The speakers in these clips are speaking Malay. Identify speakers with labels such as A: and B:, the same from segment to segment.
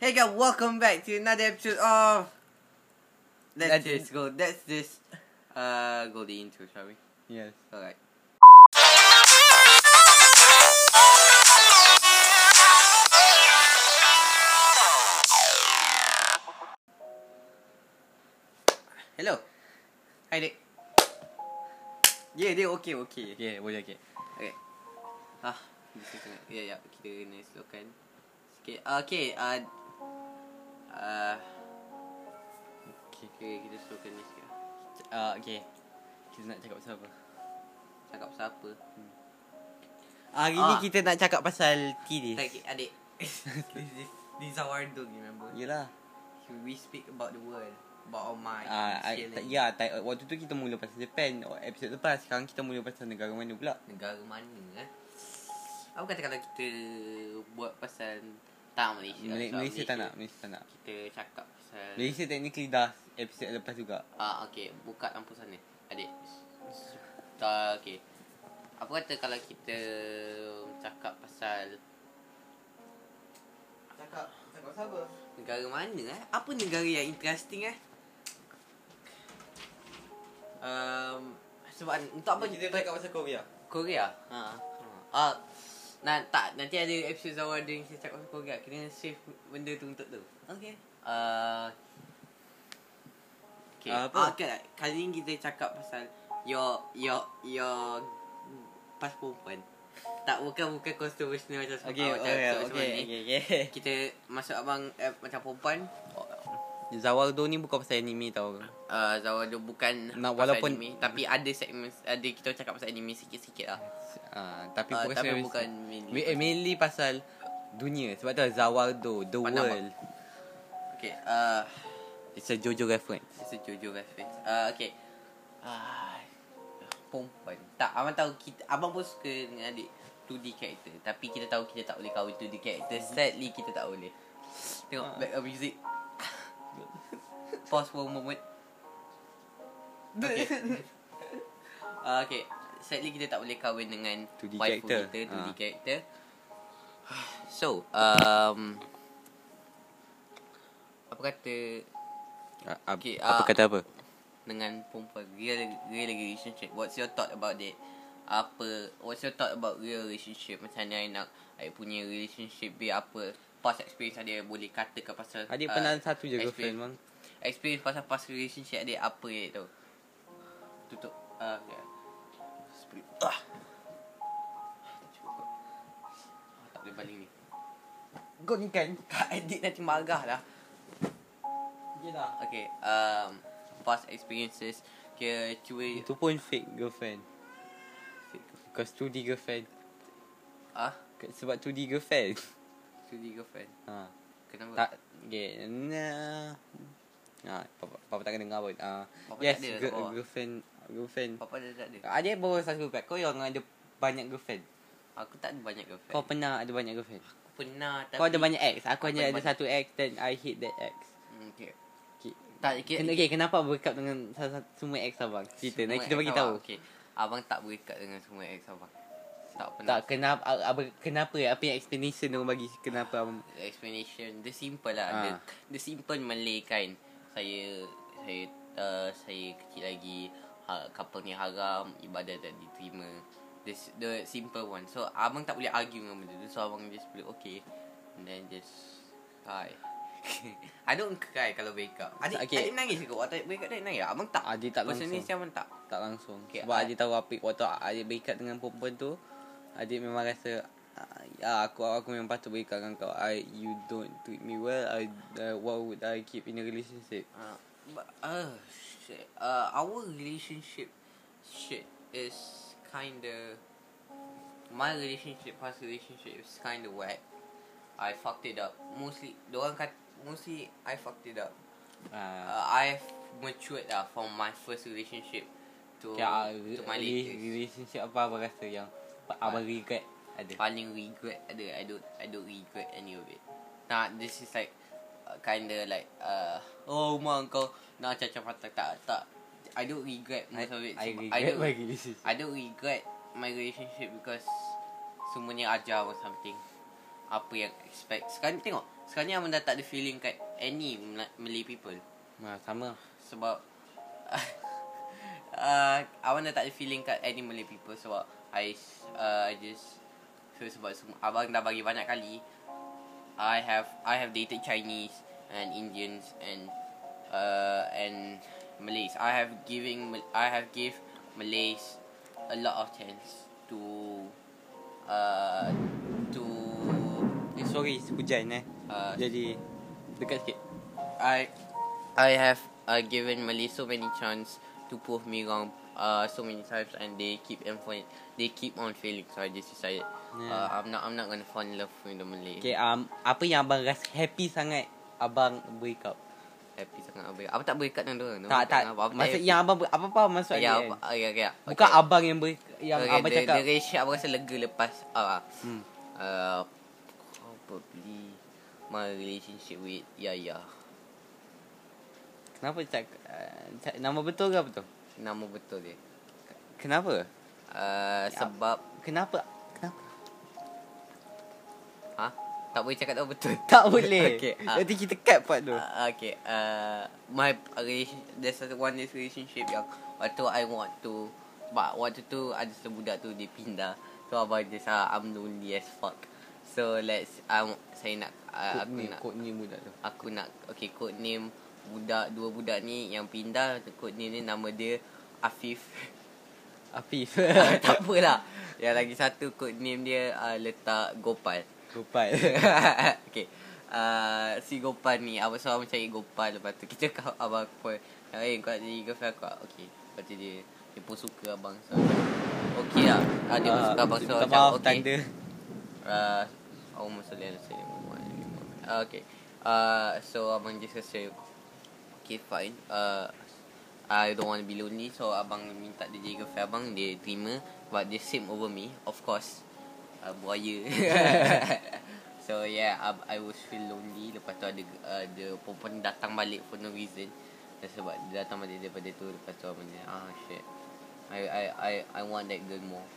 A: Hey guys, welcome back to another episode of Let's
B: Let's-
A: just go. Let's just uh go the intro, shall we?
B: Yes.
A: Alright. Hello. Hi Dick. Yeah, dia okay, okay.
B: Okay, boleh okay.
A: Okay. Ah, kita kena. Ya, ya, kita kena slowkan. Sikit. Ah, Okay, ah ah
B: Okay.
A: okay, kita slowkan ni sikit.
B: Uh, okay. Kita nak cakap pasal apa?
A: Cakap pasal apa?
B: Hari
A: ni
B: ni kita nak cakap pasal TD.
A: Like adik. this is this is our dude, remember?
B: Yelah.
A: We speak about the world, about our mind.
B: Ah, I-
A: feeling.
B: tak- ya, tak- waktu tu kita mula pasal Japan. Oh, Episod lepas. Sekarang kita mula pasal negara mana pula?
A: Negara mana eh? Apa kata kalau kita buat pasal tak Malaysia?
B: Mala-
A: Pasal
B: Malaysia tak nak. Malaysia tak nak.
A: Kita cakap pasal
B: Malaysia technically dah episod lepas juga.
A: Ah, okey. Buka lampu sana. Adik. Tak, okey. Apa kata kalau kita cakap pasal
C: Cakap, cakap siapa?
A: negara mana eh? Apa negara yang interesting eh? Um, sebab untuk apa kita
C: cakap pasal Korea?
A: Korea? Ha. Ah, nah, tak nanti ada episode awal dia yang kita cakap pasal Korea. Kena save benda tu untuk tu. Okey. Ah. okay.
B: Ah, apa?
A: Ah, okay. Kali ni kita cakap pasal your your your pas perempuan. Tak bukan bukan controversial macam sebab-
B: Okay,
A: ah, macam
B: okay,
A: sebab- sebab
B: okay,
A: ni. Eh,
B: okay, okay.
A: Kita masuk abang eh, macam perempuan.
B: Zawardo ni bukan pasal anime tau.
A: Uh, Zawa dia bukan
B: Nah,
A: pasal
B: walaupun-
A: anime, tapi ada segmen ada kita cakap pasal anime sikit-sikit lah.
B: Ah, tapi
A: Ah,
B: bukan
A: tapi
B: pasal-
A: bukan mainly
B: Ma- eh, mainly pasal dunia. Sebab tu Zawardo, the
A: Pandang-
B: world.
A: Okay, uh,
B: It's a Jojo reference.
A: It's a Jojo reference. Ah, okay. Ah, perempuan. Tak, abang tahu kita, abang pun suka dengan adik 2D character. Tapi kita tahu kita tak boleh kahwin 2D character. Sadly, kita tak boleh. Tengok
B: Hmm. Ah.
A: back of music. Pause for a moment. Okay. Ah, okay. Sadly, kita tak boleh kahwin dengan
B: 2D
A: waifu
B: character.
A: kita, 2D
B: Ah.
A: character. So, um, apa kata
B: Ah, ah,
A: Okay, ah.
B: apa kata apa?
A: dengan perempuan real real relationship what's your thought about it apa what's your thought about real relationship macam mana I nak I punya relationship be apa past experience adik boleh katakan pasal ah,
B: Adik pernah satu je girlfriend
A: experience,
B: bang.
A: experience pasal past relationship adik apa ya tu tutup ah okay. Split. ah tak cukup ah, tak boleh baling ni
B: Kau ni kan?
A: Kak adik nanti marah lah
B: Yelah.
A: Okay um, Past experiences Kira cuy
B: Itu pun fake girlfriend. Because 2D girlfriend.
A: Ah
B: Ke- Sebab 2D girlfriend.
A: Cuy girlfriend
B: ha.
A: Kenapa?
B: Tak okay. Nah. Ha, papa, papa tak kena dengar pun. Ah,
A: Papa
B: yes,
A: tak ada
B: gir-
A: kat bawah.
B: girlfriend girlfriend.
A: Papa dah tak ada.
B: Adik bawa satu pack. Kau yang ada banyak girlfriend.
A: Aku tak ada banyak girlfriend.
B: Kau pernah ada banyak girlfriend.
A: Aku pernah tapi
B: Kau ada banyak ex. Aku hanya
A: Aku ada
B: ada satu ex then I hate that ex.
A: Hmm, Okay.
B: Okay.
A: Tak okay.
B: Ken- okay, kenapa break up dengan salah satu semua ex abang? Cerita, nanti kita bagi tahu.
A: Okay. Abang tak berikat dengan semua ex abang. Tak pernah.
B: Tak kenapa ah, apa kenapa apa yang explanation dia orang bagi kenapa abang
A: um, Explanation dia simple lah.
B: Ah.
A: Dia, dia simple Malay kan. Saya saya uh, saya kecil lagi ha, couple ni haram, ibadah tak diterima. The, the simple one. So abang tak boleh argue dengan benda tu. So abang just boleh okay. And then just cry. I don't cry kalau break up. Adik, okay.
B: Okay.
A: adik nangis ke? Waktu break up adik nangis? Abang tak.
B: Adik tak
A: Pasal ni
B: langsung.
A: siapa tak?
B: tak langsung.
A: Okay,
B: Okay, Sebab
A: I-
B: adik tahu apa waktu adik berikat dengan perempuan tu, adik memang rasa ah, aku aku memang patut berikat dengan kau. I you don't treat me well. I uh, what would I keep in a relationship?
A: Uh, but, uh, shit. Uh, our relationship shit is kinda... My relationship, past relationship is kinda whack. I fucked it up. Mostly, diorang kat mostly I fucked it up.
B: Ah,
A: Uh, I've matured lah from my first relationship to,
B: okay, ah,
A: to my
B: re-
A: latest.
B: relationship apa abang rasa yang pa- abang regret ada?
A: paling regret ada I don't I don't regret any of it. Nah, this is like uh, kinda like uh, oh mak kau nak cacah patah tak tak. I don't regret
B: I,
A: most of it.
B: I
A: sebab I
B: regret
A: don't
B: my relationship.
A: I don't regret my relationship because semuanya ajar or something. apa yang expect. Sekarang tengok. Sekarang ni Aman dah tak ada feeling kat any Mela- Malay people.
B: Ha, sama.
A: Sebab uh, Abang dah tak ada feeling kat any Malay people Sebab I s- uh, I just So sebab semua, Abang dah bagi banyak kali I have I have dated Chinese And Indians And uh, And Malays I have giving Mal- I have give Malays A lot of chance To uh, To
B: Eh, sorry, hujan eh.
A: uh,
B: Jadi, dekat sikit.
A: I I have uh, given Malay so many chance to prove me wrong uh, so many times and they keep on fa- they keep on failing so I just decided uh,
B: Yeah.
A: I'm not I'm not gonna fall in love with the Malay.
B: Okay, um, apa yang abang rasa happy sangat abang break up?
A: Happy sangat abang. Abang tak berikat dengan dia.
B: tak, tak. Maksud yang abang break, apa faham maksud
A: ya,
B: dia?
A: apa,
B: kan?
A: ya, ya.
B: Bukan abang yang break, yang abang
A: dia, Dia
B: cakap.
A: resyak abang rasa lega lepas uh,
B: Hmm.
A: uh, probably my relationship with Yaya.
B: Kenapa cakap, uh, cak- nama betul ke apa tu?
A: Nama betul dia.
B: Kenapa?
A: Uh,
B: Ya.
A: sebab
B: Kenapa? Kenapa?
A: Ha? Tak boleh cakap tak betul.
B: Tak boleh.
A: okay. Uh,
B: Nanti kita cut part tu.
A: uh, okay. Uh, my relation, there's a one this relationship yang waktu I want to but waktu tu ada sebudak tu dia pindah. So abang just uh, I'm lonely as fuck. So let's um, saya nak uh,
B: Kod
A: aku
B: ni,
A: nak
B: kod ni budak tu.
A: aku nak okay code name budak dua budak ni yang pindah code name ni nama dia Afif.
B: Afif.
A: Ah, tak apalah. Yang lagi satu code name dia uh, letak Gopal.
B: Gopal.
A: okay. Uh, si Gopal ni Abang so abang cari Gopal Lepas tu kita kau Abang pun Eh kau nak jadi girlfriend aku tak?" Okay Lepas tu dia Dia pun suka abang so Okay lah uh, Dia pun suka abang so
B: Ah, Minta
A: macam,
B: maaf,
A: okay.
B: tanda.
A: uh, Allahumma salli ala sayyidina Muhammad uh, Okay uh, So abang just rasa Okay fine uh, I don't want to be lonely So abang minta dia jadi girlfriend abang Dia terima But they same over me Of course uh, Buaya So yeah ab- I was feel lonely Lepas tu ada uh, Ada perempuan datang balik For no reason Dan sebab dia datang balik daripada tu Lepas tu abang dia Ah shit I I I I want that girl more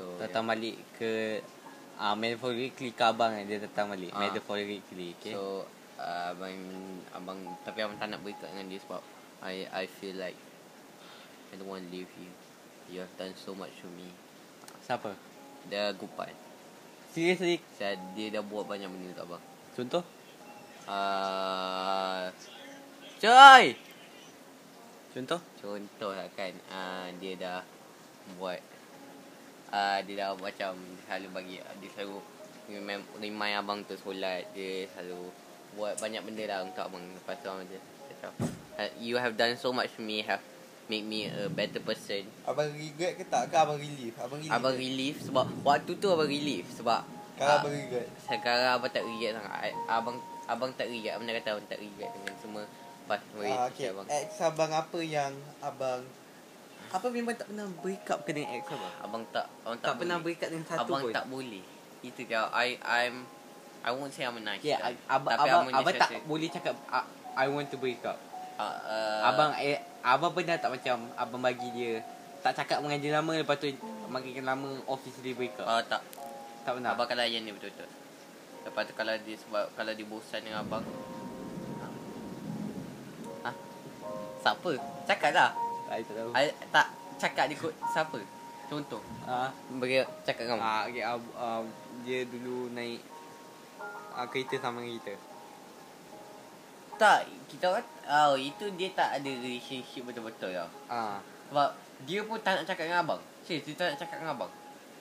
A: So
B: Datang balik ke Ah, metaphorically ke abang kan dia datang balik.
A: Ah.
B: Metaphorically, okay?
A: So uh, abang abang tapi abang tak nak berikat dengan dia sebab I I feel like I don't want to leave you. You have done so much to me.
B: Siapa?
A: Dia gupat.
B: Seriously?
A: Saya dia dah buat banyak benda untuk abang.
B: Contoh?
A: Uh, coy.
B: Contoh?
A: Contoh lah kan uh, Dia dah Buat uh, Dia dah macam dia Selalu bagi Dia selalu Remind, remind abang tu solat Dia selalu Buat banyak benda lah Untuk abang Lepas tu abang dia Macam uh, You have done so much for me Have Make me a better person
B: Abang regret ke tak ke abang relief? Abang relief. Ah,
A: Abang relief Sebab Waktu tu abang relief Sebab ah,
B: regret.
A: Sekarang abang tak regret sangat I- Abang Abang tak regret Abang dah kata abang tak regret Dengan semua Pas
B: Ah, okay. Ex abang apa yang abang Abang memang tak pernah break up ke dengan ex abang?
A: Abang tak Abang
B: Tak,
A: tak,
B: pernah
A: boleh.
B: break up dengan satu
A: abang
B: pun.
A: tak boleh. Itu dia. I I'm I won't say I'm a nice
B: Okay,
A: guy.
B: Ya, ab- abang
A: Tapi
B: abang,
A: Amun just
B: abang tak
A: rasa,
B: boleh cakap "Ah, I want to break up.
A: uh, uh,
B: abang eh, abang pernah tak macam abang bagi dia tak cakap dengan dia lama lepas tu makin lama officially break up.
A: uh, tak.
B: tak pernah.
A: Abang akan layan dia betul-betul. Lepas tu kalau dia sebab kalau dia bosan dengan abang. Ha? Siapa? Cakap lah.
B: I tak tahu.
A: I, tak cakap dia kot siapa? Contoh.
B: Ah.
A: Bagi cakap kamu.
B: Ah, okay, ab, ah, dia dulu naik ah, kereta sama dengan kita.
A: Tak, kita orang oh, itu dia tak ada relationship betul-betul tau.
B: Ah.
A: Sebab dia pun tak nak cakap dengan abang. Serius, dia tak nak cakap dengan abang.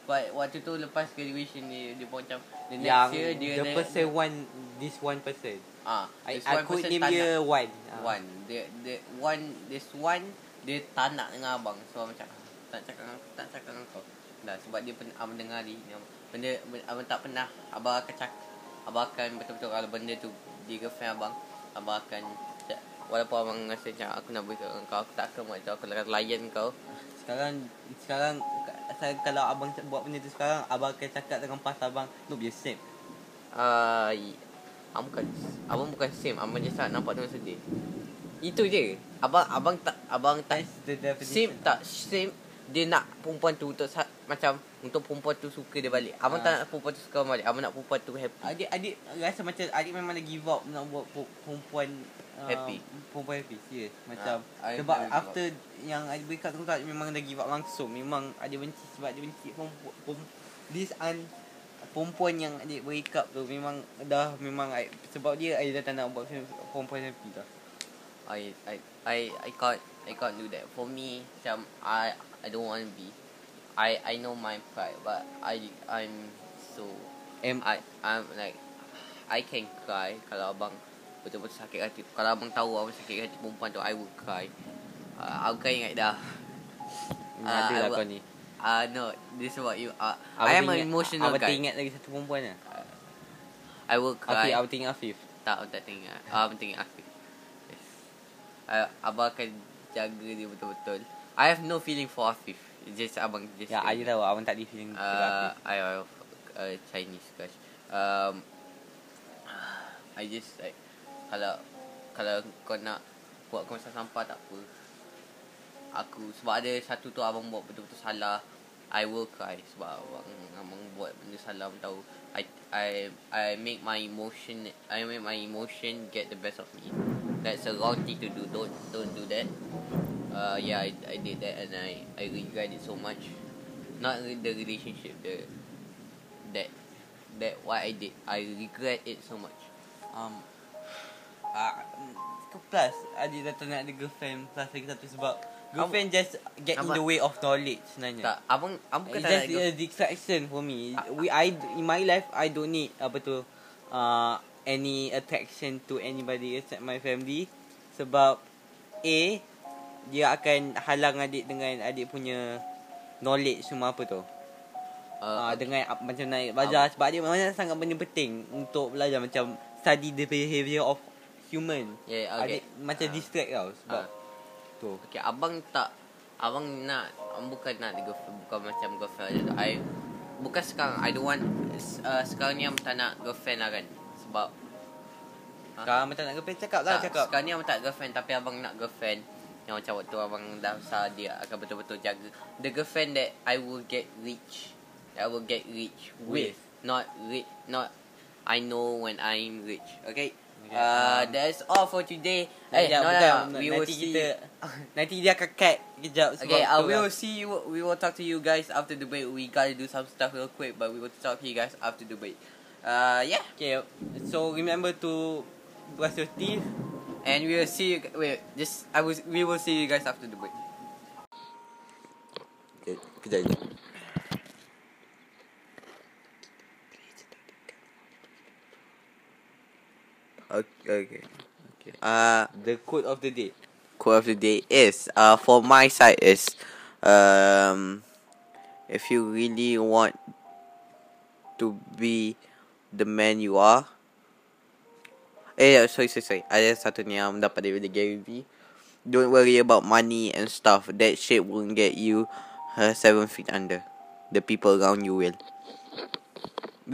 A: Sebab waktu tu lepas graduation dia, dia pun macam the next
B: yang
A: year dia
B: the person one this one person.
A: ah,
B: I,
A: this
B: I
A: one
B: could
A: person
B: name
A: tak
B: dia one.
A: nak,
B: Ah.
A: one. Dia the one this one dia tak nak dengan abang. So macam ah, tak cakap dengan tak cakap dengan kau. Dah sebab dia pernah abang dengar ni yang benda benda- abang tak pernah abang akan cak abang akan betul-betul kalau benda tu dia girlfriend abang abang akan cak- walaupun abang rasa macam aku nak beritahu dengan kau aku tak akan buat tu aku akan layan kau
B: Sekarang sekarang saya, kalau abang c- buat benda tu sekarang abang akan cakap dengan pas abang no be same.
A: Uh, abang bukan Abang bukan same Abang just tak nampak dia sedih Itu je Abang abang tak Abang tak
B: That's the definition.
A: Same tak Same Dia nak perempuan tu untuk sa- Macam Untuk perempuan tu suka dia balik Abang
B: Ah.
A: tak nak perempuan tu suka abang balik Abang nak perempuan tu happy
B: Adik adik rasa macam adik memang dah give up nak buat pe- perempuan uh,
A: Happy.
B: Perempuan happy serius. Macam
A: Ah, I
B: sebab
A: never give up.
B: after yang adik break up tu tak memang dah give up langsung. Memang adik benci sebab dia benci perempuan, perempuan this un perempuan yang adik break up tu memang dah memang adik, sebab dia adik dah tak nak buat perempuan happy dah.
A: I I I I can't I can't do that. For me, macam I I don't want to be. I I know my pride, but I I'm so
B: Am
A: I I'm like I can cry kalau abang betul-betul sakit hati. Kalau abang tahu abang sakit hati perempuan tu, I would cry. Uh, aku kan ingat dah.
B: ada
A: Ah,
B: lah
A: abang-
B: kau ni.
A: Uh, no, this is what you are. I am an emotional
B: Abang
A: guy.
B: teringat lagi satu perempuan lah.
A: I will
B: Afif,
A: cry.
B: abang teringat Afif.
A: Tak, aku tak teringat. Ah, Abang teringat aku. Yes. Ah, abang akan jaga dia betul-betul. I have no feeling for Afif. It's just abang just.
B: Ya, adik tahu abang tak ada feeling terhadap
A: Uh,
B: Afif.
A: I have uh, Chinese gosh. Um, I just like kalau kalau kau nak buat kau macam sampah tak apa. Aku sebab ada satu tu abang buat betul-betul salah. I will cry sebab abang abang buat benda salah abang tahu. I I I make my emotion I make my emotion get the best of me. That's a wrong thing to do. Don't don't do that. Uh, yeah, I, I did that and I I regret it so much. Not re- the relationship, the that that what I did. I regret it so much.
B: Um, ah, mm, ke plus Adik dah tak nak ada girlfriend Plus lagi satu sebab Girlfriend just get in
A: Abang-
B: the way of knowledge sebenarnya
A: Tak, abang abang
B: It's
A: kata
B: just
A: nak
B: a
A: girlfriend.
B: distraction for me
A: Ah,
B: We I In my life I don't need Apa tu uh, Any attraction to anybody Except my family Sebab A Dia akan halang adik dengan adik punya Knowledge semua apa tu
A: Uh,
B: uh, dengan up, macam naik
A: Ah.
B: belajar sebab dia memang sangat benda penting untuk belajar macam study the behavior of human.
A: yeah, okay.
B: Okay. Adik macam
A: Ah.
B: distract tau sebab
A: Ah.
B: tu.
A: Okay, abang tak abang nak abang bukan nak ada girlfriend, bukan macam girlfriend macam tu. I bukan sekarang. I don't want uh, sekarang ni abang tak nak girlfriend lah kan. Sebab Ah.
B: Kalau macam nak kepek cakap lah
A: tak,
B: cakap.
A: Sekarang ni abang tak girlfriend Tapi abang nak girlfriend Yang macam waktu abang dah besar Dia akan betul-betul jaga The girlfriend that I will get rich That I will get rich with,
B: With.
A: Not rich Not I know when I'm rich Okay,
B: Okay,
A: uh,
B: um,
A: That's all for today Eh,
B: Sekejap,
A: no, no,
B: sekejap.
A: no, We will
B: nanti
A: see
B: kita nanti dia akan cut kejap sebab
A: Okay, uh,
B: tu
A: we
B: lah.
A: will see you. We will talk to you guys after the break. We gotta do some stuff real quick, but we will talk to you guys after the break. Uh, yeah,
B: Okay, so remember to brush your teeth.
A: and we will see you. gu- Wait, just I was. We will see you guys after the break.
B: Okay, kejap kejap.
A: Okay. okay.
B: Okay.
A: Uh,
B: The quote of the day.
A: quote of the day is uh for my side is um if you really want to be the man you are eh yeah, sorry sorry sorry ada satu ni yang dapat daripada Gary V don't worry about money and stuff that shit won't get you uh, seven feet under the people around you will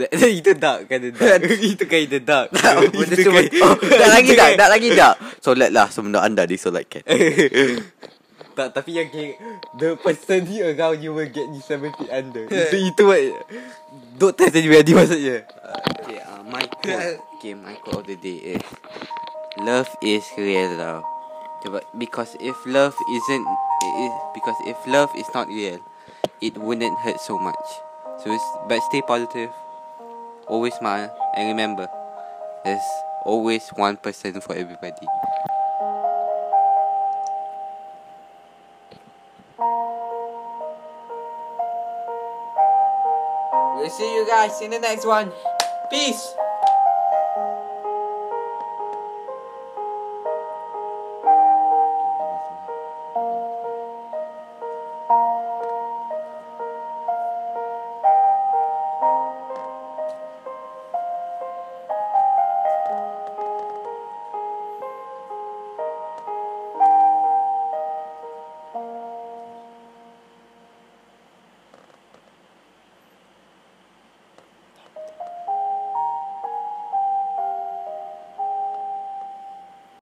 B: itu dark kan dark. itu kan itu kan. dark.
A: tak, benda tu betul. Oh, dah lagi tak, dah lagi tak. Solatlah sebelum lah, anda disolatkan.
B: tak tapi yang kira The person you around you will get you 7 feet under Itu itu what Doktor Sanjay Bedi maksudnya
A: Okay, uh, my quote. Okay, my quote of the day is love is real though. Sebab- Because if love isn't, i- i- because if love is not real, it wouldn't hurt so much. So, it's, but stay positive. Always smile and remember, there's always one person for everybody.
B: We'll see you guys in the next one Peace